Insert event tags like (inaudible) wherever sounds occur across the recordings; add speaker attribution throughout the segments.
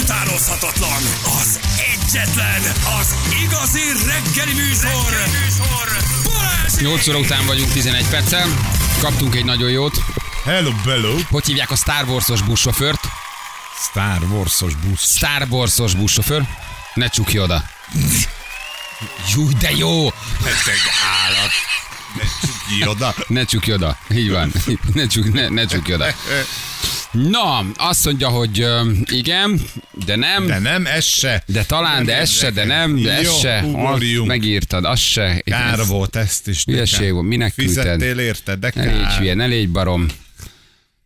Speaker 1: utánozhatatlan, az egyetlen, az igazi reggeli műsor, reggeli műsor. Balázsi!
Speaker 2: 8 óra után vagyunk 11 perccel. Kaptunk egy nagyon jót.
Speaker 3: Hello, bello.
Speaker 2: Hogy hívják a Star Wars-os buszsofőrt?
Speaker 3: Star Wars-os busz.
Speaker 2: Star Wars-os buszsofőr? Ne csukj oda. Jú, de jó!
Speaker 3: Beteg állat. Ne csukj oda.
Speaker 2: Ne csukj oda. Így van. (laughs) Ne, csuk, ne, ne csukj oda. Na, azt mondja, hogy ö, igen, de nem.
Speaker 3: De nem, ez se.
Speaker 2: De talán, de ez se, de nem, de ez
Speaker 3: Jó,
Speaker 2: se.
Speaker 3: ugorjunk.
Speaker 2: Azt Megírtad, az se.
Speaker 3: Kár volt ezt is.
Speaker 2: Hülyeség
Speaker 3: nekem.
Speaker 2: volt, minek
Speaker 3: Fizettél
Speaker 2: küldted?
Speaker 3: érte, de
Speaker 2: Ne légy hülye,
Speaker 3: kár.
Speaker 2: ne légy barom.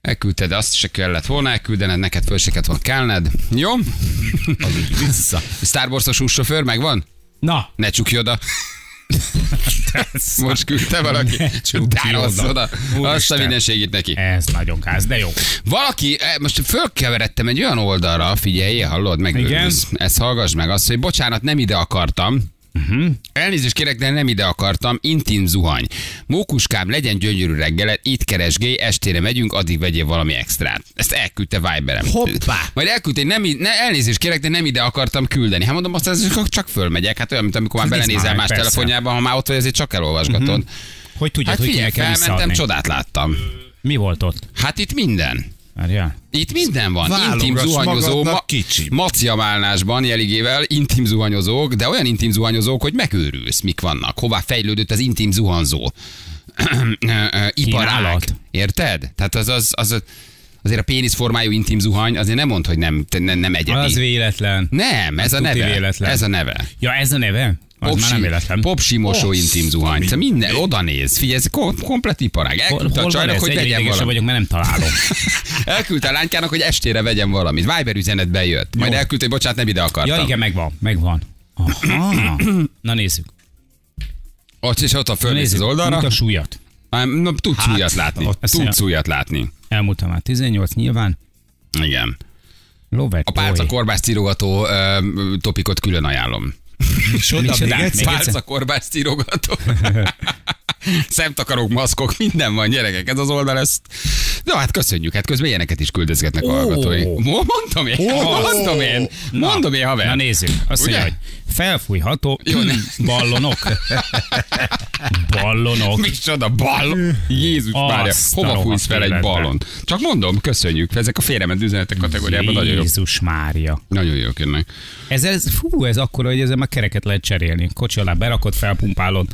Speaker 2: Elküldted, azt se kellett volna elküldened, neked föl se kellett volna kelned.
Speaker 4: (laughs)
Speaker 2: Jó?
Speaker 3: Vissza.
Speaker 2: Star Wars-os ússofőr megvan?
Speaker 4: Na,
Speaker 2: Ne csukj
Speaker 4: (laughs)
Speaker 2: oda. Most küldte valaki.
Speaker 4: Ne csukj
Speaker 2: De rossz
Speaker 4: oda.
Speaker 2: oda. Azt a
Speaker 4: Úristen.
Speaker 2: mindenségét neki.
Speaker 4: ez nagyon káz, de jó.
Speaker 2: Valaki, eh, most fölkeveredtem egy olyan oldalra, figyelj, hallod, meg
Speaker 4: Igen.
Speaker 2: Ezt hallgass meg, azt, hogy bocsánat, nem ide akartam. Uh-huh.
Speaker 4: Mhm.
Speaker 2: Elnézést kérek, de nem ide akartam, intim zuhany. Mókuskám, legyen gyönyörű reggelet, itt keresgélj, estére megyünk, addig vegyél valami extrát. Ezt elküldte Viberem.
Speaker 4: Hoppá!
Speaker 2: Majd elküldte, hogy nem, i- ne, elnézést kérek, de nem ide akartam küldeni. Hát mondom, azt ez csak- csak fölmegyek. Hát olyan, mint amikor már
Speaker 4: Hát nézd
Speaker 2: belenézel
Speaker 4: már
Speaker 2: más
Speaker 4: meg, persze.
Speaker 2: telefonjában, ha már ott vagy, azért csak elolvasgatod. Uh-huh.
Speaker 4: Hogy tudjad,
Speaker 2: Hát
Speaker 4: hogy
Speaker 2: figyelj,
Speaker 4: kinek kell
Speaker 2: felmentem,
Speaker 4: visszaadni?
Speaker 2: csodát láttam.
Speaker 4: Mi volt ott?
Speaker 2: Hát itt minden.
Speaker 4: Várjál.
Speaker 2: Itt minden van.
Speaker 3: Válogass
Speaker 2: Intim zuhanyozó,
Speaker 3: magadnak
Speaker 2: ma,
Speaker 3: kicsi.
Speaker 2: maciamálnásban jeligével intim zuhanyozók, de olyan intim zuhanyozók, hogy megőrülsz, mik vannak. Hová fejlődött az intim zuhanzó. (clears throat) Iparág.
Speaker 4: Kínálat.
Speaker 2: Érted? Tehát az, az, az, azért a pénisz formájú intim zuhany, azért nem mond, hogy nem, te- nem, nem egyedi.
Speaker 4: Az véletlen.
Speaker 2: nem, ez a
Speaker 4: tuti
Speaker 2: neve.
Speaker 4: véletlen.
Speaker 2: Ez a neve.
Speaker 4: Ja, ez a neve? Az már nem véletlen.
Speaker 2: popsi mosó
Speaker 4: Azt
Speaker 2: intim zuhany. Tehát minden, oda néz. Figyelj, ez kom- komplet iparág.
Speaker 4: Hol,
Speaker 2: Elküldte a
Speaker 4: hol van
Speaker 2: csajnak,
Speaker 4: ez?
Speaker 2: hogy
Speaker 4: Egyre
Speaker 2: vegyen
Speaker 4: idegesebb
Speaker 2: valamit.
Speaker 4: vagyok, mert nem találom.
Speaker 2: Elküldte a lánykának, hogy estére vegyen valamit. Viber üzenet bejött. Majd
Speaker 4: Jó.
Speaker 2: elküldte, hogy bocsánat, nem ide akartam.
Speaker 4: ja, igen, megvan, megvan. Aha. Na nézzük.
Speaker 2: Ott és ott a
Speaker 4: Na,
Speaker 2: fölnéz
Speaker 4: nézzük.
Speaker 2: az oldalra.
Speaker 4: Mutas újat.
Speaker 2: Ám, Na, tudsz hát, újat látni.
Speaker 4: ott-
Speaker 2: Tudsz újat látni.
Speaker 4: Elmúltam már 18 nyilván.
Speaker 2: Igen.
Speaker 4: Lovet.
Speaker 2: A pálca korbász cirogató ö, topikot külön ajánlom.
Speaker 4: Micsoda? Még egyszer?
Speaker 2: Pálca korbász cirogató. (laughs) Szemtakarók, maszkok, minden van, gyerekek. Ez az oldal, ezt... Na hát köszönjük, hát közben ilyeneket is küldözgetnek a hallgatói. Mo- Mondom én, mondom én, mondom én, haver.
Speaker 4: Na nézzük. Azt
Speaker 2: Ugye?
Speaker 4: mondja, hogy felfújható
Speaker 2: Jó, ne.
Speaker 4: ballonok. Ballonok.
Speaker 2: Micsoda ball! Jézus
Speaker 4: Azt
Speaker 2: Mária,
Speaker 4: a
Speaker 2: hova
Speaker 4: rohadt
Speaker 2: fújsz fel egy
Speaker 4: életbe.
Speaker 2: ballon? Csak mondom, köszönjük. Ezek a félrement üzenetek kategóriában nagyon jók.
Speaker 4: Jézus Mária.
Speaker 2: Nagyon jók jönnek.
Speaker 4: Ez, ez, fú, ez akkora, hogy ezzel már kereket lehet cserélni. Kocsi alá berakod, felpumpálod.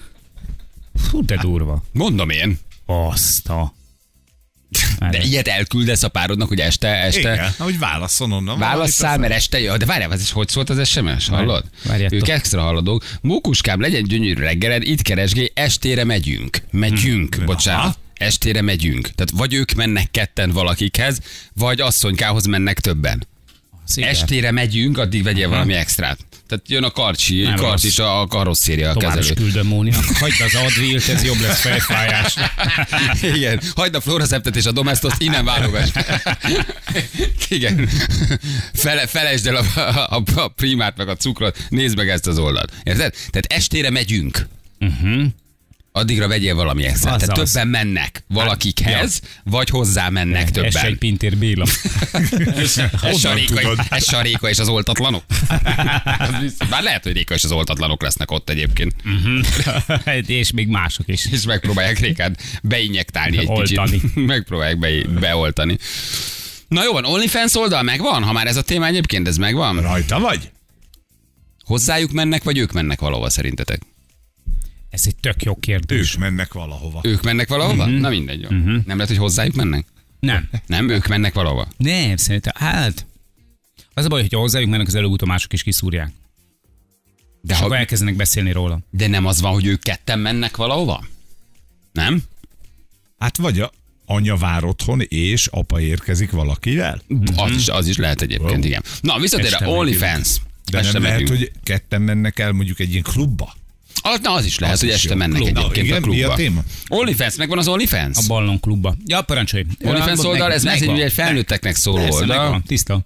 Speaker 4: Fú, de durva.
Speaker 2: Mondom én,
Speaker 4: Azt a...
Speaker 2: de ilyet elküldesz a párodnak, hogy este, este
Speaker 3: Igen, hogy válaszol onnan.
Speaker 2: válasszál,
Speaker 3: valamit,
Speaker 2: mert este jön. De várjál, az is hogy szólt az SMS, hallod?
Speaker 4: várjátok.
Speaker 2: Ők extra halladók. Mókuskám, legyen gyönyörű reggeled, itt keresgé, estére megyünk. Megyünk, bocsánat. Estére megyünk. Tehát vagy ők mennek ketten valakikhez, vagy asszonykához mennek többen. Estére megyünk, addig vegyél valami extrát. Tehát jön a karcsi,
Speaker 4: Nem
Speaker 2: kart
Speaker 4: rossz.
Speaker 2: is a a karosszéria a
Speaker 4: Tovább is (laughs)
Speaker 2: kezelő.
Speaker 4: küldöm Móninak. Hagyd az advilt, ez jobb lesz fejfájás.
Speaker 2: Igen, hagyd a Floraseptet és a Domestos, innen
Speaker 4: (laughs)
Speaker 2: válogass. Igen. Fele, felejtsd el a, a, a, primát meg a cukrot, nézd meg ezt az oldalt. Érted? Tehát estére megyünk. Uh-huh. Addigra vegyél valami extrát. Tehát
Speaker 4: Mhm. Azaz.
Speaker 2: többen mennek valakikhez, vagy hozzá mennek
Speaker 4: Ez se
Speaker 2: többen.
Speaker 4: egy pintér béla.
Speaker 2: Ez se a
Speaker 3: Honnan
Speaker 2: Réka-
Speaker 3: tudod?
Speaker 2: ez se a Réka és az oltatlanok? Az biztos. Bár lehet, hogy Réka és az oltatlanok lesznek ott egyébként,
Speaker 4: (laughs) És még mások is.
Speaker 2: és megpróbálják Rékát beinjektálni egy
Speaker 4: Oltani.
Speaker 2: kicsit. Megpróbálják be, beoltani. Na jó van, OnlyFans oldal megvan? Ha már ez a téma egyébként, ez megvan?
Speaker 3: Rajta vagy?
Speaker 2: Hozzájuk mennek, vagy ők mennek valahova szerintetek?
Speaker 4: Ez egy tök jó kérdés.
Speaker 3: Ők mennek valahova.
Speaker 2: Ők mennek valahova? Na mindegy, jó. Nem lehet, hogy hozzájuk mennek?
Speaker 4: Nem.
Speaker 2: Nem, ők mennek valahova.
Speaker 4: Nem, szerintem. Hát... Az a baj, hogyha hozzájuk mennek, az előbb-utóbb mások is kiszúrják.
Speaker 2: De,
Speaker 4: És akkor
Speaker 2: ha,
Speaker 4: elkezdenek beszélni róla.
Speaker 2: de nem az van, hogy ők ketten mennek valahova? Nem?
Speaker 3: Hát vagy a anya vár otthon, és apa érkezik valakivel?
Speaker 2: Az is, az is lehet egyébként,
Speaker 3: Wow.
Speaker 2: igen. Na, visszatér
Speaker 4: Este
Speaker 2: a OnlyFans.
Speaker 3: De
Speaker 2: Este
Speaker 3: nem lehet,
Speaker 2: megyünk.
Speaker 3: hogy ketten mennek el mondjuk egy ilyen klubba?
Speaker 2: Az, na, az is lehet,
Speaker 3: Az
Speaker 2: hogy
Speaker 3: is
Speaker 2: este
Speaker 3: jó.
Speaker 2: mennek
Speaker 3: Klub. Na,
Speaker 2: egyébként
Speaker 3: igen,
Speaker 2: a klubba.
Speaker 3: mi a téma?
Speaker 2: OnlyFans, megvan az OnlyFans?
Speaker 4: A Ballon klubba. Ja, parancsolj.
Speaker 2: OnlyFans
Speaker 4: Megvan,
Speaker 2: oldal, ez
Speaker 4: megvan.
Speaker 2: egy, egy felnőtteknek szóló
Speaker 4: Persze,
Speaker 2: oldal.
Speaker 4: megvan, tiszta.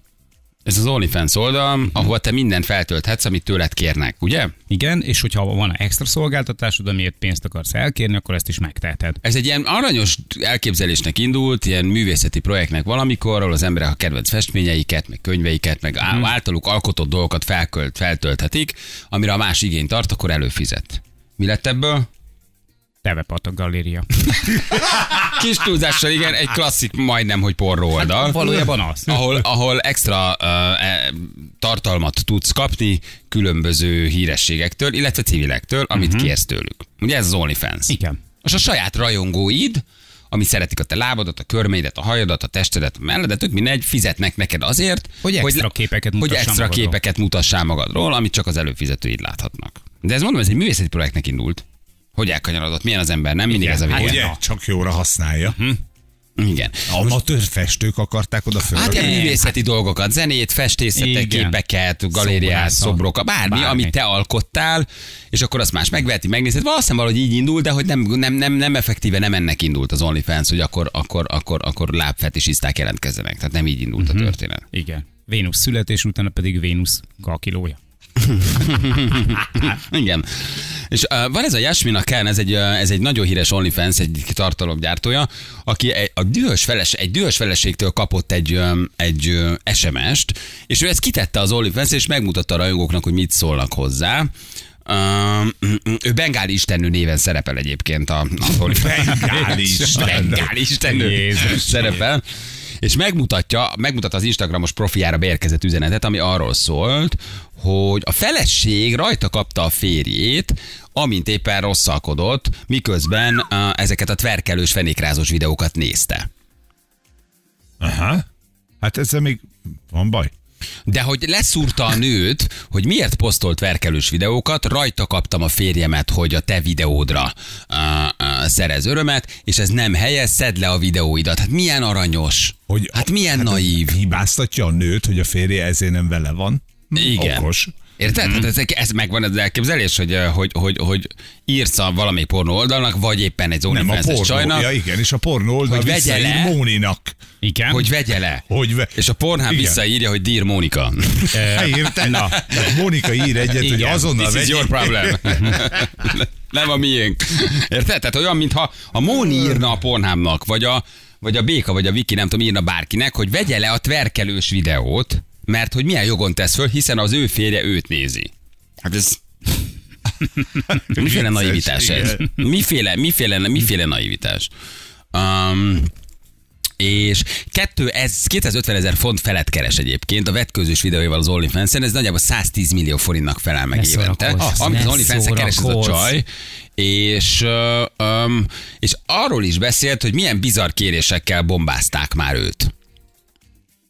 Speaker 2: Ez az OnlyFans oldal, ahova te mindent feltölthetsz, amit tőled kérnek, ugye?
Speaker 4: Igen, és hogyha van extra szolgáltatásod, amiért pénzt akarsz elkérni, akkor ezt is megteheted.
Speaker 2: Ez egy ilyen aranyos elképzelésnek indult, ilyen művészeti projektnek valamikor, ahol az emberek a kedvenc festményeiket, meg könyveiket, meg
Speaker 3: Mhm.
Speaker 2: á- általuk alkotott dolgokat felkölt, feltölthetik, amire a más igény tart, akkor előfizet. Mi lett ebből?
Speaker 4: Tevepatak galéria.
Speaker 2: Kis túlzással, igen, egy klasszik, majdnem, hogy porró oldal.
Speaker 4: Hát, Valójában az.
Speaker 2: ahol, ahol extra uh, e, tartalmat tudsz kapni különböző hírességektől, illetve civilektől, amit uh-huh. kérsz tőlük. Ugye ez az OnlyFans.
Speaker 4: Mhm. Igen.
Speaker 2: És a saját rajongóid, ami szeretik a te lábadat, a körmeidet, a hajadat, a testedet, a melledet, ők mindegy, fizetnek neked azért,
Speaker 4: Hogy extra képeket
Speaker 2: hogy
Speaker 4: mutassál
Speaker 2: extra
Speaker 4: magadról.
Speaker 2: képeket mutassál magadról, amit csak az előfizetőid láthatnak. De ez mondom, ez egy művészeti projektnek indult. Hogy elkanyarodott, milyen az ember, nem mindig ez
Speaker 4: Igen,
Speaker 2: a
Speaker 4: hát
Speaker 2: vége.
Speaker 3: Ugye?
Speaker 4: na.
Speaker 3: Csak jóra használja.
Speaker 2: Mhm. Igen.
Speaker 3: Amatőr festők akarták oda föl.
Speaker 2: Hát ilyen
Speaker 4: Igen.
Speaker 2: művészeti dolgokat, zenét, festészetet,
Speaker 4: Igen.
Speaker 2: képeket, galériát,
Speaker 4: Szobrászat.
Speaker 2: szobrokat, bármi, bármi,
Speaker 4: Bármi.
Speaker 2: amit te alkottál, és akkor azt más megveheti, megnézed. Valószínűleg valahogy így indult, de hogy nem, nem, nem, nem effektíve nem ennek indult az OnlyFans, hogy akkor, akkor, akkor, akkor lábfetisiszták jelentkezzenek. Tehát nem így indult
Speaker 4: Mhm.
Speaker 2: a történet.
Speaker 4: Igen. Vénusz születés, utána pedig Vénusz kakilója.
Speaker 2: Hát, Igen. És uh, van ez a Jasmina Kern, ez egy, uh, ez egy nagyon híres OnlyFans, egy tartalomgyártója, aki egy, a dühös feles, egy dühös feleségtől kapott egy, um, egy uh, SMS-t, és ő ezt kitette az OnlyFans, és megmutatta a rajongóknak, hogy mit szólnak hozzá. Uh, ő Bengáli Istennő néven szerepel egyébként a, a OnlyFans.
Speaker 3: Bengáli istennő.
Speaker 2: Bengáli Istennő
Speaker 4: Jézus.
Speaker 2: szerepel. És megmutatja, megmutat az Instagramos profiára beérkezett üzenetet, ami arról szólt, hogy a feleség rajta kapta a férjét, amint éppen rosszalkodott, miközben uh, ezeket a tverkelős fenékrázós videókat nézte.
Speaker 3: Aha. Hát ezzel még van baj.
Speaker 2: De hogy leszúrta a nőt, hogy miért posztolt verkelős videókat, rajta kaptam a férjemet, hogy a te videódra uh, uh, szerez örömet, és ez nem helyes, szedd le a videóidat. Hát milyen aranyos.
Speaker 3: Hogy
Speaker 2: hát milyen hát naív.
Speaker 3: Hibáztatja a nőt, hogy a férje ezért nem vele van.
Speaker 2: Igen.
Speaker 3: Okos. Mhm.
Speaker 2: Érted? Tehát ez, ez megvan az elképzelés, hogy, ö, hogy, hogy, hogy írsz a valamelyik pornó oldalnak, vagy éppen egy
Speaker 3: Nem a
Speaker 2: OnlyFans-es
Speaker 3: pornó.
Speaker 2: csajnak,
Speaker 3: Ja, igen, és a pornó oldal
Speaker 2: Hogy vegye
Speaker 3: visszaír
Speaker 2: le.
Speaker 3: Móninak.
Speaker 4: Igen.
Speaker 2: hogy vegye le.
Speaker 3: Hogy ve-
Speaker 2: És a pornám
Speaker 3: Igen.
Speaker 2: visszaírja, hogy Dear Mónika. (laughs)
Speaker 3: Hát (laughs) érted? Na. Mónika ír egyet, hogy
Speaker 2: Igen,
Speaker 3: azonnal
Speaker 2: This is
Speaker 3: vegye.
Speaker 2: your
Speaker 3: (laughs)
Speaker 2: problem. Nem a miénk. Érted? Tehát olyan, mintha a Móni írna a Pornhámnak, vagy a, vagy a Béka, vagy a Viki, nem tudom, írna bárkinek, hogy vegye le a tverkelős videót, mert hogy milyen jogon tesz föl, hiszen az ő férje őt nézi. Hát ez... miféle naivitás ez?
Speaker 3: igen.
Speaker 2: (laughs) Miféle, miféle, miféle naivitás? Um, és 200, 250 ezer font felett keres egyébként a vetkőzős videóival az onlyfans ez nagyjából 110 millió forintnak felel meg
Speaker 4: Ne
Speaker 2: évente.
Speaker 4: szórakozz,
Speaker 2: Amit az
Speaker 4: ne
Speaker 2: onlyfans keres ez a
Speaker 4: szórakozz.
Speaker 2: csaj. És, ö, öm, és arról is beszélt, hogy milyen bizarr kérésekkel bombázták már őt.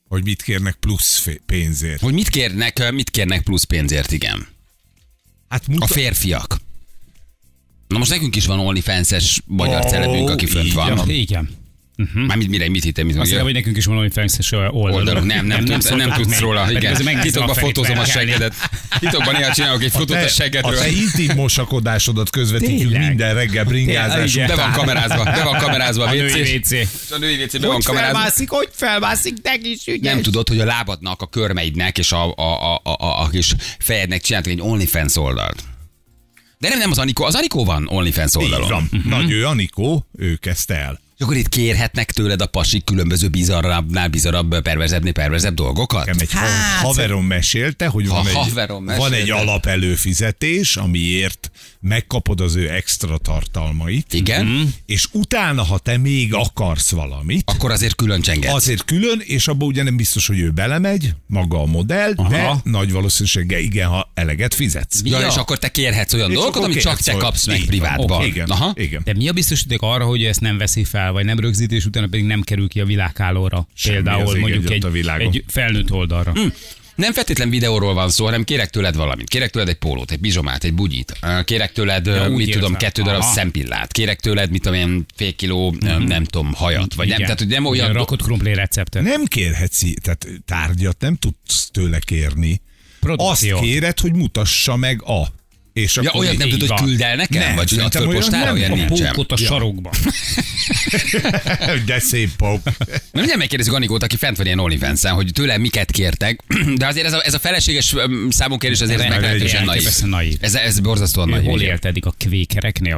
Speaker 3: Hogy mit kérnek plusz fé- pénzért.
Speaker 2: Hogy mit kérnek, ö, mit kérnek plusz pénzért, igen.
Speaker 3: Hát
Speaker 2: A
Speaker 3: muta-
Speaker 2: férfiak. Na most nekünk is van OnlyFans-es magyar
Speaker 3: Ó,
Speaker 2: oh, celebünk, aki fönt
Speaker 3: így
Speaker 2: van.
Speaker 4: Igen.
Speaker 2: Mármint mire, mit hittem, mit
Speaker 4: Azt
Speaker 2: mondja?
Speaker 4: hiszem, hogy nekünk is van valami frances
Speaker 2: oldalon.
Speaker 4: oldalon.
Speaker 2: Nem, nem, nem, nem, nem
Speaker 4: szoktuk
Speaker 2: tudsz
Speaker 4: meg.
Speaker 2: róla.
Speaker 4: Pedig azért
Speaker 2: Igen.
Speaker 4: megnézem
Speaker 2: Titokban
Speaker 4: Feri
Speaker 2: fotózom a
Speaker 4: Ferkelni.
Speaker 2: seggedet. Titokban néha csinálok egy fotót a
Speaker 3: a te
Speaker 2: seggedről.
Speaker 3: intim mosakodásodat közvetítjük
Speaker 4: Tényleg?
Speaker 3: minden reggel bringázás
Speaker 4: Tényleg,
Speaker 2: Be van kamerázva, be van kamerázva a
Speaker 4: A
Speaker 2: WC.
Speaker 4: női WC.
Speaker 2: És A női WC be van kamerázva.
Speaker 4: hogy felmászik, neki is ügyes.
Speaker 2: Nem tudod, hogy a lábadnak, a körmeidnek és a, a, a, a, a, a kis fejednek csináltak egy OnlyFans oldalt. De nem, nem az Anikó, az Anikó van OnlyFans
Speaker 3: Így
Speaker 2: oldalon. Mhm.
Speaker 3: van. Nagy ő, Anikó, ő kezdte el.
Speaker 2: És akkor itt kérhetnek tőled a pasik különböző bizarrabbnál bizarrabb, perverzebbnél perverzebb dolgokat?
Speaker 3: Nekem egy hát, haverom mesélte, hogy van,
Speaker 2: Ha
Speaker 3: egy,
Speaker 2: haverom
Speaker 3: van
Speaker 2: mesélte.
Speaker 3: egy alapelőfizetés, amiért megkapod az ő extra tartalmait,
Speaker 2: Igen?
Speaker 3: és utána, ha te még akarsz valamit,
Speaker 2: Akkor azért külön csengetsz.
Speaker 3: azért külön, és abba ugye nem biztos, hogy ő belemegy, maga a modell, Aha. de nagy valószínűséggel igen, ha eleget fizetsz.
Speaker 2: Ja,
Speaker 4: Ja.
Speaker 2: és akkor te kérhetsz olyan
Speaker 3: És
Speaker 2: dolgokat,
Speaker 3: akkor
Speaker 2: amit csak
Speaker 3: kérhetsz,
Speaker 2: te
Speaker 3: hogy-
Speaker 2: kapsz
Speaker 3: így
Speaker 2: meg
Speaker 3: van,
Speaker 2: privátban.
Speaker 3: oké, Igen,
Speaker 2: Aha.
Speaker 3: igen.
Speaker 4: De mi a biztosíték arra, hogy ő ezt nem veszi fel, vagy nem rögzíti, és utána pedig nem kerül ki a világhálóra?
Speaker 3: Semmi az
Speaker 4: Például
Speaker 3: ég
Speaker 4: mondjuk
Speaker 3: egyet
Speaker 4: egy,
Speaker 3: a világon.
Speaker 4: egy felnőtt oldalra.
Speaker 2: Hm, Nem feltétlen videóról van szó, hanem kérek tőled valamit. Kérek tőled egy pólót, egy bizsomát, egy bugyit. Kérek tőled, ja,
Speaker 4: úgy
Speaker 2: mit tudom,
Speaker 4: érzed.
Speaker 2: kettő darab
Speaker 4: Aha.
Speaker 2: szempillát. Kérek tőled, mit tudom, én, fél kiló, mm-hmm.
Speaker 3: Mhm.
Speaker 2: nem tudom, hajat. Vagy nem,
Speaker 4: Igen.
Speaker 2: tehát hogy nem olyan... do-
Speaker 4: rakott krumpli receptet.
Speaker 3: Nem kérhetsz, i- tehát tárgyat nem tudsz tőle kérni.
Speaker 4: Produkció.
Speaker 3: Azt kéred, hogy mutassa meg a. És
Speaker 2: Ja,
Speaker 3: akkor
Speaker 2: olyat
Speaker 3: így-
Speaker 2: nem tudod,
Speaker 4: van.
Speaker 2: hogy küld el nekem?
Speaker 3: Nem,
Speaker 2: vagy hogy ad
Speaker 3: szerintem
Speaker 2: föl
Speaker 3: olyan
Speaker 2: postára?
Speaker 3: nem.
Speaker 2: Olyan
Speaker 3: A
Speaker 4: A
Speaker 2: nincsen.
Speaker 4: pókot a
Speaker 2: (laughs)
Speaker 4: sarokba.
Speaker 3: (laughs) De szép pop.
Speaker 2: Na, mindjárt megkérdezzük Anikót, aki fent van ilyen onlyfans hogy tőlem miket kértek, (clears throat) de azért ez a, ez a feleséges öm, számokérés azért ez
Speaker 4: Rendben,
Speaker 2: meglehetősen
Speaker 4: igen,
Speaker 2: naív.
Speaker 4: elképesztően naív.
Speaker 2: Ez, ez borzasztóan
Speaker 4: Ő
Speaker 2: naív.
Speaker 4: Hol
Speaker 2: igen.
Speaker 4: élt eddig a kvékereknél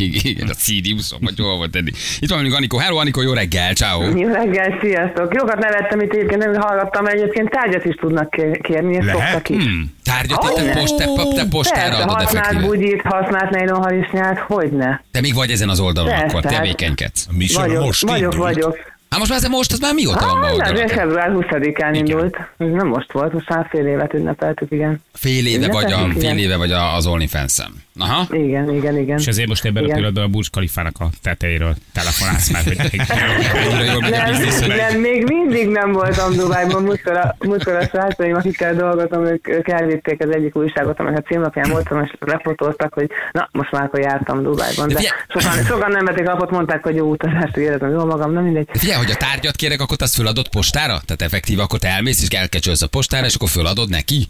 Speaker 2: (laughs) Igen, a Siriuson, vagy hol volt eddig. Itt van velünk Anikó. Hello, Anikó, jó reggel, ciao.
Speaker 5: Jó reggel, sziasztok! Jókat nevettem itt egyébként, nem hallgattam, mert egyébként tárgyat is tudnak ké- kérni, ezt
Speaker 3: Lehet?
Speaker 5: szoktak is. Hmm.
Speaker 2: Tárgyat, te, te, post, te, te postára
Speaker 5: Persze,
Speaker 2: adod
Speaker 5: használt
Speaker 2: effektíve.
Speaker 5: bugyit, használt nejlonharisnyát, hogy ne?
Speaker 2: Te még vagy ezen az oldalon,
Speaker 5: Persze,
Speaker 2: akkor
Speaker 5: hát.
Speaker 2: tevékenykedsz.
Speaker 3: A műsor
Speaker 5: vagyok,
Speaker 3: most
Speaker 5: vagyok,
Speaker 3: indult.
Speaker 5: vagyok.
Speaker 2: Hát most már ez most, az már mióta van ma
Speaker 5: Á, nem, ez
Speaker 2: oldalon?
Speaker 5: február 20-án indult. Ez nem most volt, most már fél évet ünnepeltük, igen.
Speaker 2: Fél éve vagy, a,
Speaker 5: Igen.
Speaker 2: fél éve vagy a- az OnlyFans-em. Aha.
Speaker 5: Igen, igen, igen.
Speaker 4: És ezért most ebben a
Speaker 5: Igen.
Speaker 4: pillanatban a Burj Kalifának a tetejéről telefonálsz már,
Speaker 2: (laughs)
Speaker 4: hogy
Speaker 2: Egyre jól megy a
Speaker 5: Nem,
Speaker 2: biznisz, hogy-
Speaker 5: nem, még mindig nem voltam Dubájban, múltkor a, múltkor a srácaim, akikkel dolgozom, ők, ők elvitték az egyik újságot, aminek a címlapján voltam, és lefotóztak, hogy na, most már akkor jártam Dubájban,
Speaker 2: De
Speaker 5: de
Speaker 2: figyelj-
Speaker 5: sokan, sokan nem vették alapot, mondták, hogy jó utazást, hogy érezem jól magam, nem mindegy.
Speaker 2: De Figyelj, hogy a tárgyat kérek, akkor te azt föladod postára? Tehát effektíve akkor te elmész és elkecsölsz a postára, és akkor föladod neki?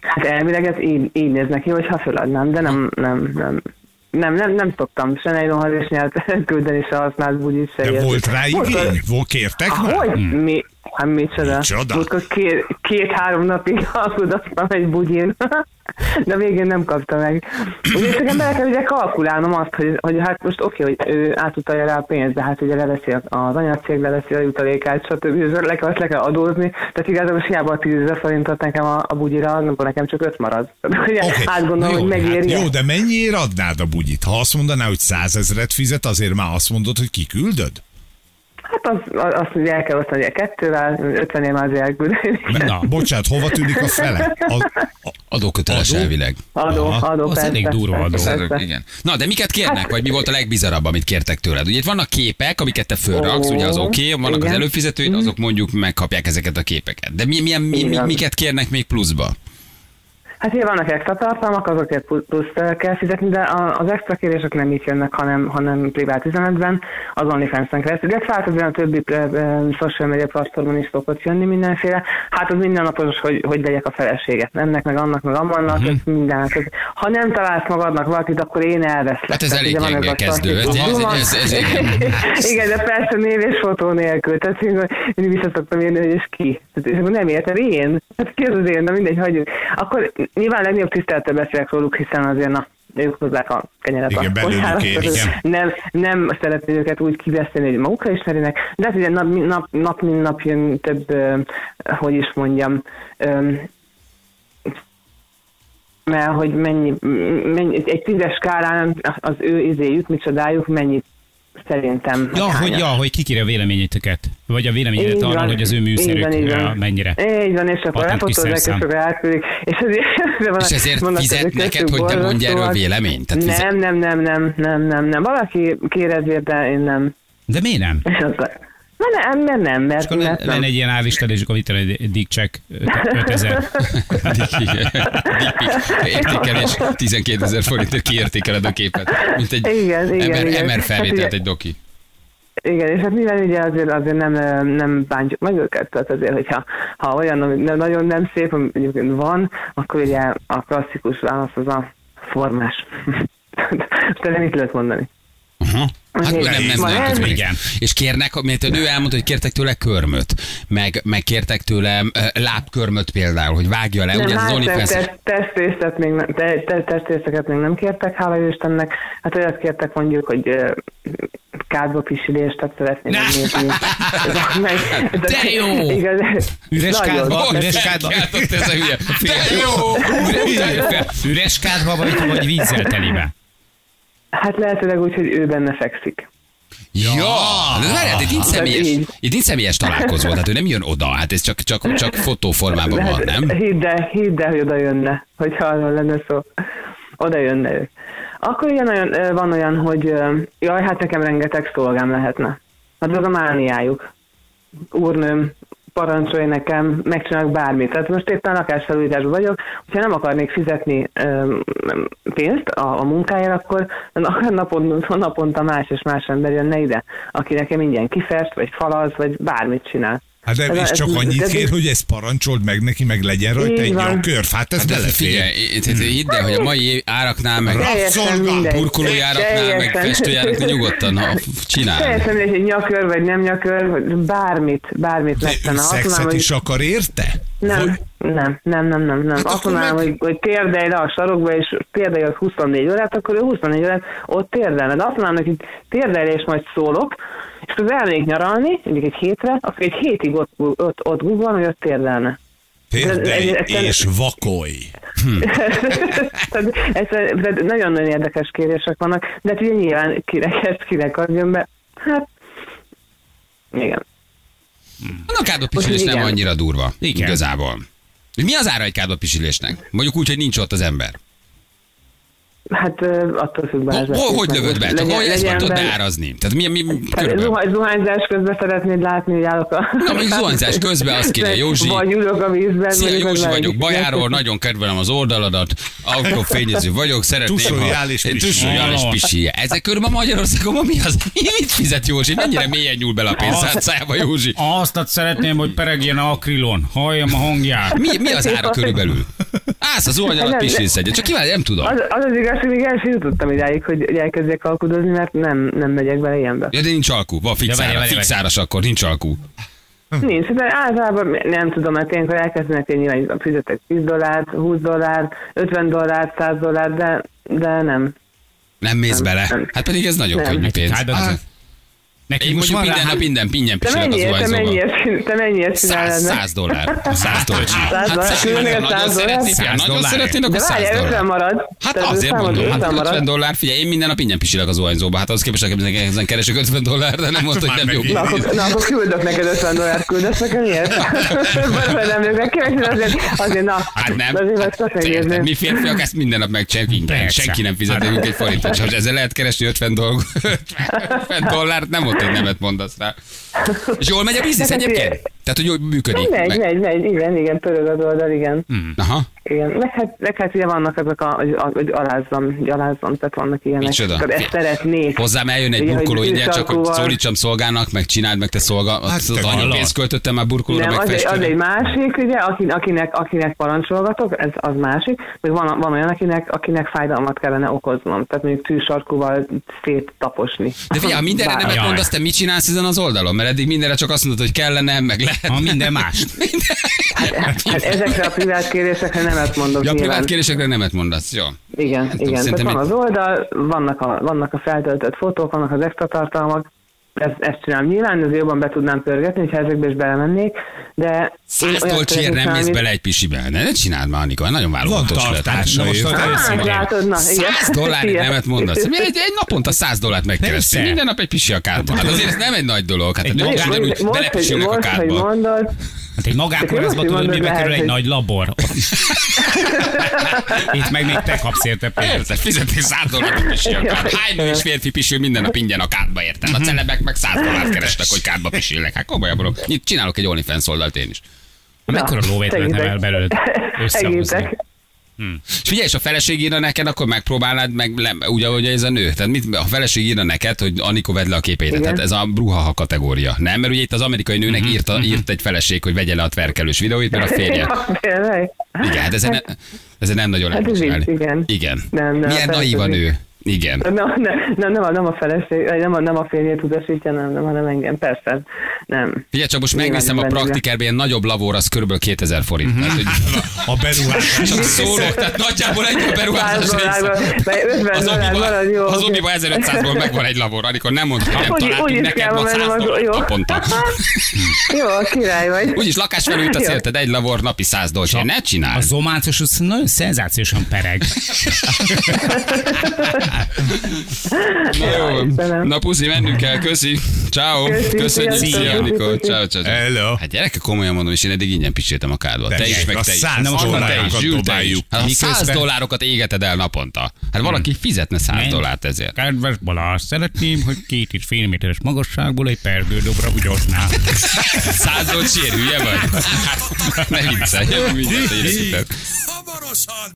Speaker 5: Hát elvileg ez így, így néz neki, hogyha föladnám, de nem, nem, nem. Nem, nem, nem szoktam se nejlonharisnyát (laughs) küldeni, se használt bugyit, se
Speaker 3: De
Speaker 5: ilyet.
Speaker 3: volt rá igény? Volt kértek? már?
Speaker 5: Hogy? Mi? Hát micsoda?
Speaker 3: Hmm. Micsoda?
Speaker 5: Múltkor két, két-három napig (laughs) alkudoztam egy bugyin, (laughs) de végén nem kapta meg. Ugye és nekem bele kell ugye kalkulálnom azt, hogy, hogy hát most oké, hogy ő átutalja rá a pénzt, de hát ugye leveszi a- az anyacég, leveszi a jutalékát, stb. És Le kell, azt le kell adózni, tehát igazából most hiába a 10 ezer forintot nekem a, a bugyira, akkor nekem csak öt marad. (laughs) Tehát ugye
Speaker 3: Oké.
Speaker 5: átgondolom,
Speaker 3: Na
Speaker 5: hogy
Speaker 3: jó,
Speaker 5: megéri.
Speaker 3: Hát jó, de mennyiért adnád a bugyit? Ha azt mondaná, hogy százezret fizet, azért már azt mondod, hogy kiküldöd?
Speaker 5: Hát az, az, azt ugye el kell osztani a kettővel, 50 év már azért elküldeni.
Speaker 3: Na, bocsánat, hova tűnik a fele? A, a,
Speaker 2: Adóköteles
Speaker 3: Adó?
Speaker 2: elvileg.
Speaker 5: Adó,
Speaker 3: Aha.
Speaker 5: adó,
Speaker 4: Az
Speaker 5: persze.
Speaker 4: elég durva adó.
Speaker 5: persze,
Speaker 2: Szerzők,
Speaker 5: persze.
Speaker 2: igen. Na, de miket kérnek, vagy mi volt a legbizarabb, amit kértek tőled? Ugye itt vannak képek, amiket te fölraksz, ugye az oké, okay, vannak az
Speaker 5: Igen.
Speaker 4: Mhm.
Speaker 2: előfizetőid, azok mondjuk megkapják ezeket a képeket. De mi, milyen, mi, mi,
Speaker 5: Igen.
Speaker 2: miket kérnek még pluszba?
Speaker 5: Hát ugye vannak extra tartalmak, azokért plu- plusz eh, kell fizetni, de a- az extra kérések nem itt jönnek, hanem, hanem privát üzenetben, az OnlyFans-en keresztül. De hát azért a többi eh, eh, social media platformon is szokott jönni mindenféle. Hát az mindennapos, hogy, hogy vegyek a feleséget. Ennek, meg annak, meg amannak, uh-huh. minden. Tehát, Ha nem találsz magadnak valakit, akkor én elveszlek.
Speaker 2: Hát ez
Speaker 5: Tehát
Speaker 2: elég
Speaker 5: ugye van
Speaker 2: gyenge
Speaker 5: a
Speaker 2: kezdő. Ez-
Speaker 5: klasszikus
Speaker 2: ez-
Speaker 5: duma.
Speaker 2: ez- ez- igen.
Speaker 5: Igen, de persze név és fotó nélkül. Tehát én mindig vissza szoktam írni, hogy és ki. Tehát, és akkor nem értem, én. Hát ki az az én, na mindegy, hagyjuk. Akkor nyilván legnagyobb tisztelettel beszélek róluk, hiszen azért na, ők hozzák a kenyeret
Speaker 3: Igen,
Speaker 5: a
Speaker 3: belőlük
Speaker 5: kosárhoz.
Speaker 3: ér,
Speaker 5: Tehát
Speaker 3: igen.
Speaker 5: nem, nem szeretném őket úgy kiveszteni, hogy magukra ismerjenek, de hát ugye nap, mint nap, nap, mint nap jön több, ö, hogy is mondjam, ö, mert hogy mennyi, mennyi egy tízes skálán az ő izéjük, micsodájuk, mennyit szerintem.
Speaker 4: Ja, hogy,
Speaker 5: hányan.
Speaker 4: ja, hogy kikire a véleményeteket. Vagy a
Speaker 5: Hát Így
Speaker 4: véleményedet arról,
Speaker 5: van.
Speaker 4: hogy az ő műszerük
Speaker 5: Így van, így
Speaker 4: eh,
Speaker 5: van.
Speaker 4: mennyire.
Speaker 5: Így van, és akkor
Speaker 4: Patent kis
Speaker 5: lefotózzák, és
Speaker 4: szerszám.
Speaker 5: akkor átküldik. És ezért, van,
Speaker 2: És ezért
Speaker 5: vannak
Speaker 2: fizet
Speaker 5: ezek
Speaker 2: neked,
Speaker 5: köztük
Speaker 2: hogy te mondj erről
Speaker 5: borzasztóak.
Speaker 2: véleményt? Tehát fizet-
Speaker 5: Nem, nem, nem, nem, nem, nem, nem. Valaki kér ezért, de én nem.
Speaker 4: De miért nem?
Speaker 5: És akkor, na nem, mert nem,
Speaker 4: És
Speaker 5: mert,
Speaker 4: akkor
Speaker 5: mert
Speaker 4: lenne
Speaker 5: nem.
Speaker 4: egy ilyen árlistad, és akkor itt lenne egy dick check öt- 5000.
Speaker 2: Értékelés 12 ezer forintért kiértékeled a képet, mint egy
Speaker 5: Igen, igen,
Speaker 2: emer,
Speaker 5: igen.
Speaker 2: emer felvételt
Speaker 5: Hát ugye-
Speaker 2: egy doki.
Speaker 5: Igen, és hát mivel ugye azért, azért nem, ö, nem bántjuk meg őket, tehát azért, hogyha ha olyan, ami ne- nagyon nem szép, ami egyébként van, akkor ugye a klasszikus válasz az a formás. (laughs) Te nem mit lehet mondani.
Speaker 2: Aha. Hát
Speaker 5: Ugye,
Speaker 2: nem, nem, nem,
Speaker 5: van
Speaker 2: nem
Speaker 5: ez?
Speaker 2: tudom, igen.
Speaker 4: Igen.
Speaker 2: És kérnek, mert ő elmondta, hogy kértek tőle körmöt, meg, meg kértek tőlem ö, lábkörmöt például, hogy vágja le, ugye ez az
Speaker 5: hát
Speaker 2: OnlyFans.
Speaker 5: test- test- testrészet még nem, te, te, testrészeket még nem kértek, hála jó Istennek. Hát olyat kértek mondjuk, hogy ö, kádba pisilést, tehát szeretném megnézni. Ezek meg- ezek-
Speaker 2: De jó!
Speaker 5: Igaz,
Speaker 4: Üres
Speaker 5: nagyon.
Speaker 4: kádba, üres kádba.
Speaker 2: Kártott ez a hülye. De jó!
Speaker 4: Üres kádba vagy, vagy vízzel telibe.
Speaker 5: Hát lehetőleg úgy, hogy ő benne fekszik.
Speaker 2: Ja! De várj, hát itt nincs személyes,
Speaker 5: így.
Speaker 2: itt nincs személyes találkozó, tehát ő nem jön oda, hát ez csak, csak, csak fotóformában van, nem?
Speaker 5: Hidd el, hidd el, hogy oda jönne, hogyha arról lenne szó. Oda jönne ő. Akkor igen, olyan, ö, van olyan, hogy ö, jaj, hát nekem rengeteg szolgám lehetne. Hát az a mániájuk. Úrnőm, parancsolj nekem, megcsinálok bármit. Tehát most éppen lakásfelújításban vagyok, hogyha nem akarnék fizetni ö, pénzt a, a munkáért, akkor na- naponta, naponta más és más ember jönne ide, aki nekem ingyen kifest, vagy falaz, vagy bármit csinál.
Speaker 3: Hát de,
Speaker 5: Ez-
Speaker 3: és
Speaker 5: ez-
Speaker 3: csak
Speaker 5: ez-
Speaker 3: annyit
Speaker 5: ez-
Speaker 3: kér, hogy ezt parancsold meg neki, meg legyen rajta
Speaker 5: Így
Speaker 3: egy
Speaker 5: van.
Speaker 3: nyakörv. Hát ez
Speaker 2: De
Speaker 3: belefér.
Speaker 2: figyelj, itt- itt- hidd el, hogy a mai év áraknál, meg
Speaker 5: Teljesen
Speaker 3: Rabszolga,
Speaker 5: mindegy.
Speaker 2: burkolójáraknál, meg
Speaker 5: Teljesen.
Speaker 2: festőjáraknál nyugodtan
Speaker 5: (laughs)
Speaker 2: ha, f- csinál.
Speaker 5: Teljesen mindegy, hogy nyakör vagy nem nyakör, vagy bármit, bármit
Speaker 3: De ő
Speaker 5: megtenne. Azt mondanám,
Speaker 3: szexet
Speaker 5: hogy
Speaker 3: is akar érte?
Speaker 5: Nem, nem, nem, nem, nem, nem. Azt
Speaker 3: akkor
Speaker 5: mondanám,
Speaker 3: meg-
Speaker 5: hogy, hogy térdelj le a sarokba, és térdelj az 24 órát, akkor ő 24 órát ott térdel. De azt mondanám, hogy térdelj le, és majd szólok, és akkor elmennék nyaralni, mondjuk egy hétre, akkor egy hétig ott, ott, ott guggol, hogy ott térdelne.
Speaker 3: Térdelj
Speaker 5: Ez- ez- ez-
Speaker 3: és vakolj.
Speaker 5: Tehát ez, ez nagyon-nagyon érdekes kérések vannak, de hát ugye nyilván kinek ezt kinek adjon be. Hát, igen.
Speaker 2: A kádbapisilés nem
Speaker 5: Igen.
Speaker 2: annyira durva.
Speaker 4: Igen.
Speaker 2: Igazából. Mi az ára egy kádbapisilésnek? Mondjuk úgy, hogy nincs ott az ember.
Speaker 5: Hát ö, attól függ
Speaker 2: Ho-
Speaker 5: be.
Speaker 2: ho- Hogy lövöd be? Hát Tehát, Hogy ezt már tudod
Speaker 5: benne-
Speaker 2: beárazni? Tehát mi, mi, mi
Speaker 5: Hát
Speaker 2: körülbelül?
Speaker 5: zuhany- Hát Zuhanyzás közben szeretnéd látni, hogy állok a...
Speaker 2: Na, még zuhanyzás közben azt kéne, Józsi.
Speaker 5: Vagy ülök a vízben.
Speaker 2: Szia,
Speaker 5: vagy
Speaker 2: Józsi
Speaker 5: igazán
Speaker 2: vagyok,
Speaker 5: is-
Speaker 2: Bajáról, nagyon kedvelem az oldaladat, autófényező vagyok, szeretném,
Speaker 3: Tusoljál és
Speaker 2: Én
Speaker 3: pisilj.
Speaker 2: tusoljál és
Speaker 4: Valós.
Speaker 2: pisilje. Ezek körben Magyarországon ma mi az? (laughs) Mit fizet Józsi? Mennyire mélyen nyúl bele a
Speaker 4: Ah.
Speaker 2: pénztárcájába, Józsi?
Speaker 4: Azt hát szeretném, hogy peregjen a akrilon, halljam a hangját.
Speaker 2: Mi, mi az ára körülbelül? Állsz az zuhany alatt pisilsz egyet, csak kíváncsi, nem tudom.
Speaker 5: Az, az, az igaz, hogy még el sem jutottam idáig, hogy hogy elkezdjek alkudozni, mert nem, nem megyek bele ilyenbe.
Speaker 2: Ja, de nincs alkú, van
Speaker 4: Ja,
Speaker 2: fix
Speaker 4: várj,
Speaker 2: ára,
Speaker 4: várj,
Speaker 2: fix
Speaker 4: várj.
Speaker 2: áras akkor, nincs alkú.
Speaker 5: Nincs, de általában nem tudom, mert ilyenkor elkezdenek, én nyilván fizetek 10 dollárt, 20 dollárt, 50 dollárt, 100 dollárt, de, de nem.
Speaker 2: Nem mész
Speaker 5: Nem,
Speaker 2: bele.
Speaker 5: nem.
Speaker 2: Hát pedig ez nagyon
Speaker 5: Nem.
Speaker 2: könnyű pénz.
Speaker 4: Hát, de-
Speaker 2: Hát, Én
Speaker 4: Nekünk most
Speaker 2: mondjuk
Speaker 4: van rá,
Speaker 2: minden nap
Speaker 4: hát
Speaker 2: minden ingyen
Speaker 5: Te
Speaker 2: pisilek az
Speaker 5: mennyiért, te
Speaker 2: zuhanyzóban.
Speaker 5: mennyiért, te mennyiért csinálod?
Speaker 2: 100,
Speaker 5: meg?
Speaker 2: 100 dollár. 100 dollár.
Speaker 5: dollár.
Speaker 2: Hát, szeretném, nagyon
Speaker 5: Különösen 100 dollár.
Speaker 2: szeretném, fiam,
Speaker 4: 100
Speaker 2: nagyon
Speaker 4: dollár.
Speaker 2: szeretném, akkor
Speaker 5: De
Speaker 2: 100
Speaker 5: várjál, 50
Speaker 2: dollár.
Speaker 5: marad.
Speaker 2: Hát
Speaker 5: Tehát
Speaker 2: azért
Speaker 5: számod
Speaker 2: mondom, hát
Speaker 5: 50
Speaker 2: 50
Speaker 5: marad.
Speaker 2: dollár, figyelj, én minden nap ingyen pisilek az olajzóba, hát az képest, hogy ezen keresek 50 dollár, de nem mondta,
Speaker 3: Hát
Speaker 2: hogy nem
Speaker 3: már
Speaker 2: jó.
Speaker 3: megint.
Speaker 5: Na akkor, na, akkor küldök neked 50 dollárt, küldesz nekem
Speaker 2: (laughs)
Speaker 5: ilyet? Baromra nem lők meg, kíváncsi, azért, azért na,
Speaker 2: Hát nem, hát,
Speaker 5: azért meg csak
Speaker 2: te érted,
Speaker 5: megnézni.
Speaker 2: mi férfiak ezt minden nap megcsináljuk ingyen,
Speaker 4: Persze.
Speaker 2: senki nem
Speaker 3: Hát-
Speaker 2: fizet nekünk egy forintot, csak ezzel lehet keresni 50, dolg, (laughs) 50 dollárt, nem ott, hogy nemet mondasz rá. És jól megy a biznisz
Speaker 5: Hát,
Speaker 2: egyébként?
Speaker 5: figyelj.
Speaker 2: Tehát, hogy jól működik?
Speaker 5: Megy,
Speaker 2: Meg-
Speaker 5: megy, megy, igen, igen, pörög az oldal, igen.
Speaker 2: Aha.
Speaker 5: igen. Meg, hát, meg hát ugye vannak azok, a, hogy, a- hogy alázzam, hogy alázzam, tehát vannak ilyenek.
Speaker 2: Micsoda?
Speaker 5: Akkor ezt
Speaker 2: Fi-
Speaker 5: szeretnék.
Speaker 2: Hozzám eljön egy
Speaker 5: Ugye, hogy
Speaker 2: burkoló ingyen, csak hogy
Speaker 5: tűzsarkúval-
Speaker 2: szólítsam szolgának, meg csináld meg te szolga. Hát,
Speaker 3: te
Speaker 2: ott annyi
Speaker 3: hallod.
Speaker 2: pénzt költöttem már burkolóra,
Speaker 5: Nem,
Speaker 2: meg
Speaker 5: az egy, az
Speaker 2: festőre.
Speaker 5: egy másik, ugye, akin, akinek, akinek parancsolgatok, ez az másik, meg van, van olyan, akinek, akinek fájdalmat kellene okoznom, tehát mondjuk tűsarkúval széttaposni.
Speaker 2: De figyelj, ha
Speaker 5: (laughs)
Speaker 2: mindenre
Speaker 5: Bár-
Speaker 2: nemet
Speaker 4: Jaj.
Speaker 2: mondasz, te mit csinálsz ezen az oldalon? Mert eddig mindenre csak azt mondtad, hogy kellene, meg lehet.
Speaker 4: ha minden
Speaker 2: (laughs)
Speaker 4: más.
Speaker 5: Hát ezekre a privát kérdésekre nemet mondok
Speaker 2: Ja, a
Speaker 5: nyilván.
Speaker 2: privát kérdésekre nemet mondasz, jó.
Speaker 5: Igen,
Speaker 2: tudom,
Speaker 5: igen. Tehát
Speaker 2: Hát szerintem
Speaker 5: van
Speaker 2: egy-
Speaker 5: az oldal, vannak a, vannak a feltöltött fotók, vannak az extra tartalmak, ezt, ezt csinálom. Nyilván ez jobban be tudnám pörgetni, hogyha ezekbe is belemennék, de... én
Speaker 2: Száz
Speaker 5: olyat
Speaker 2: dolcsiért
Speaker 5: szeretnék
Speaker 2: nem mész
Speaker 5: csinálni,
Speaker 2: bele egy pisibe. Ne, ne csináld már, Anika, nagyon
Speaker 3: Van
Speaker 2: válogatós lett.
Speaker 3: tartása.
Speaker 4: Na most
Speaker 3: ő.
Speaker 4: a-
Speaker 5: amit-
Speaker 4: Persze,
Speaker 5: Hát,
Speaker 4: igen.
Speaker 5: látod, na, igen.
Speaker 2: 100 dollárért
Speaker 5: Ilyen.
Speaker 2: nemet mondasz. Mi Egy, egy naponta 100 dollárt megkerestél.
Speaker 4: Persze.
Speaker 2: Minden nap egy pisi a kádba. Hát azért ez nem egy nagy dolog. Hát a
Speaker 4: Egy
Speaker 2: nők
Speaker 4: most-
Speaker 2: ugyanúgy
Speaker 5: Most, hogy,
Speaker 2: belepisilnek a
Speaker 5: most, hogy
Speaker 2: kádba.
Speaker 5: mondod,
Speaker 4: Hát egy
Speaker 5: Csak
Speaker 4: magánkórházba
Speaker 5: én azt
Speaker 4: tudod,
Speaker 5: mondom,
Speaker 4: mibe
Speaker 5: lehet,
Speaker 4: kerül egy
Speaker 5: hogy-
Speaker 4: nagy labor. Itt meg még te kapsz érte pénzt.
Speaker 2: Érted, fizetni 100 dollárt a pisi a kádba. Hány nő és férfi pisil minden nap ingyen a kádba, érted?
Speaker 5: Mhm.
Speaker 2: A celebek meg 100 dollárt keresnek, hogy kádba pisilnek. Hát komolyabb dolog. Itt Csinálok egy OnlyFans oldalt én is.
Speaker 4: Mekkora lóvét lehetne
Speaker 5: segítek.
Speaker 4: el belőled összehozni?
Speaker 5: Segítek.
Speaker 2: És figyelj, és a feleség írna neked, akkor megpróbálnád, meg le, ugye, ahogy ez a nő. Tehát mit, a feleség írna neked, hogy Anikó vedd le a képét.
Speaker 5: Igen. Mhm.
Speaker 2: Tehát ez a bruhaha kategória. Nem, mert ugye itt az amerikai nőnek írta, írt egy feleség, hogy vegye le a tverkelős videóit, mert a férje.
Speaker 5: (laughs) Ja, tényleg?
Speaker 2: Igen, hát ezen, ne- ezen nem nagyon lehet
Speaker 5: Hát ez így,
Speaker 2: csinálni.
Speaker 5: igen.
Speaker 2: Igen.
Speaker 5: Nem, hát nem,
Speaker 2: Milyen
Speaker 5: a
Speaker 2: naív a
Speaker 5: feleség-
Speaker 2: nő. Igen.
Speaker 5: Nem, nem, nem, nem, a- nem a feleség, vagy nem a, nem a férjét utasítja, nem, nem, hanem engem, persze. Nem.
Speaker 2: Figyelj, csak most
Speaker 5: Nyilván
Speaker 2: megnézem a
Speaker 5: nem benne.
Speaker 2: praktikerben, ilyen nagyobb lavór, az körülbelül 2000 forint. Tehát, (laughs) hogy
Speaker 3: A beruházás.
Speaker 2: Mhm. csak szólok, tehát nagyjából egy a beruházás
Speaker 5: 100 dollárban,
Speaker 2: része.
Speaker 5: vagy 50
Speaker 2: Az
Speaker 5: dollár marad, jó.
Speaker 2: obiba, az
Speaker 5: oké.
Speaker 2: obiba 1500-ból megvan egy lavor, amikor nem mondod, hogy nem
Speaker 5: Úgy- úgy
Speaker 2: találtunk
Speaker 5: is
Speaker 2: neked
Speaker 5: kell
Speaker 2: ma 100
Speaker 5: mennem, az-
Speaker 2: dollárt
Speaker 5: jó.
Speaker 2: naponta.
Speaker 5: (laughs) Jó, király vagy.
Speaker 2: Úgyis lakásfelújít a
Speaker 5: Jó.
Speaker 2: szélted, egy lavor napi 100 dolcsért. Ne
Speaker 4: A
Speaker 2: csinál.
Speaker 4: zománcos az nagyon szenzációsan pereg.
Speaker 2: Na, jó.
Speaker 5: Istenem.
Speaker 2: Na puszi, mennünk kell, köszi. Ciao.
Speaker 5: Köszi,
Speaker 2: Köszönjük,
Speaker 5: sziasztok.
Speaker 2: szia, Anikó.
Speaker 5: Puszi, puszi.
Speaker 2: Ciao, ciao, ciao.
Speaker 3: Hello.
Speaker 2: Hát gyerekek, komolyan mondom, és én eddig ingyen pisiltem a kádba. Te is, meg
Speaker 3: a
Speaker 2: te is.
Speaker 3: száz
Speaker 2: Anna, te is,
Speaker 3: dollárokat
Speaker 2: Zsül, te is.
Speaker 3: dobáljuk. Hmm.
Speaker 2: Hát a száz
Speaker 4: Miközben-
Speaker 2: dollárokat égeted el naponta. Hát valaki fizetne száz
Speaker 4: Nem.
Speaker 2: dollárt ezért.
Speaker 4: Kedves Balázs, szeretném, hogy két és fél méteres magasságból egy perdődobra ugyoznál.
Speaker 2: Száz
Speaker 3: (laughs)
Speaker 2: dollárt sír, hülye vagy? Ne viccelj, mindegy, hogy érekíted.
Speaker 1: Hamarosan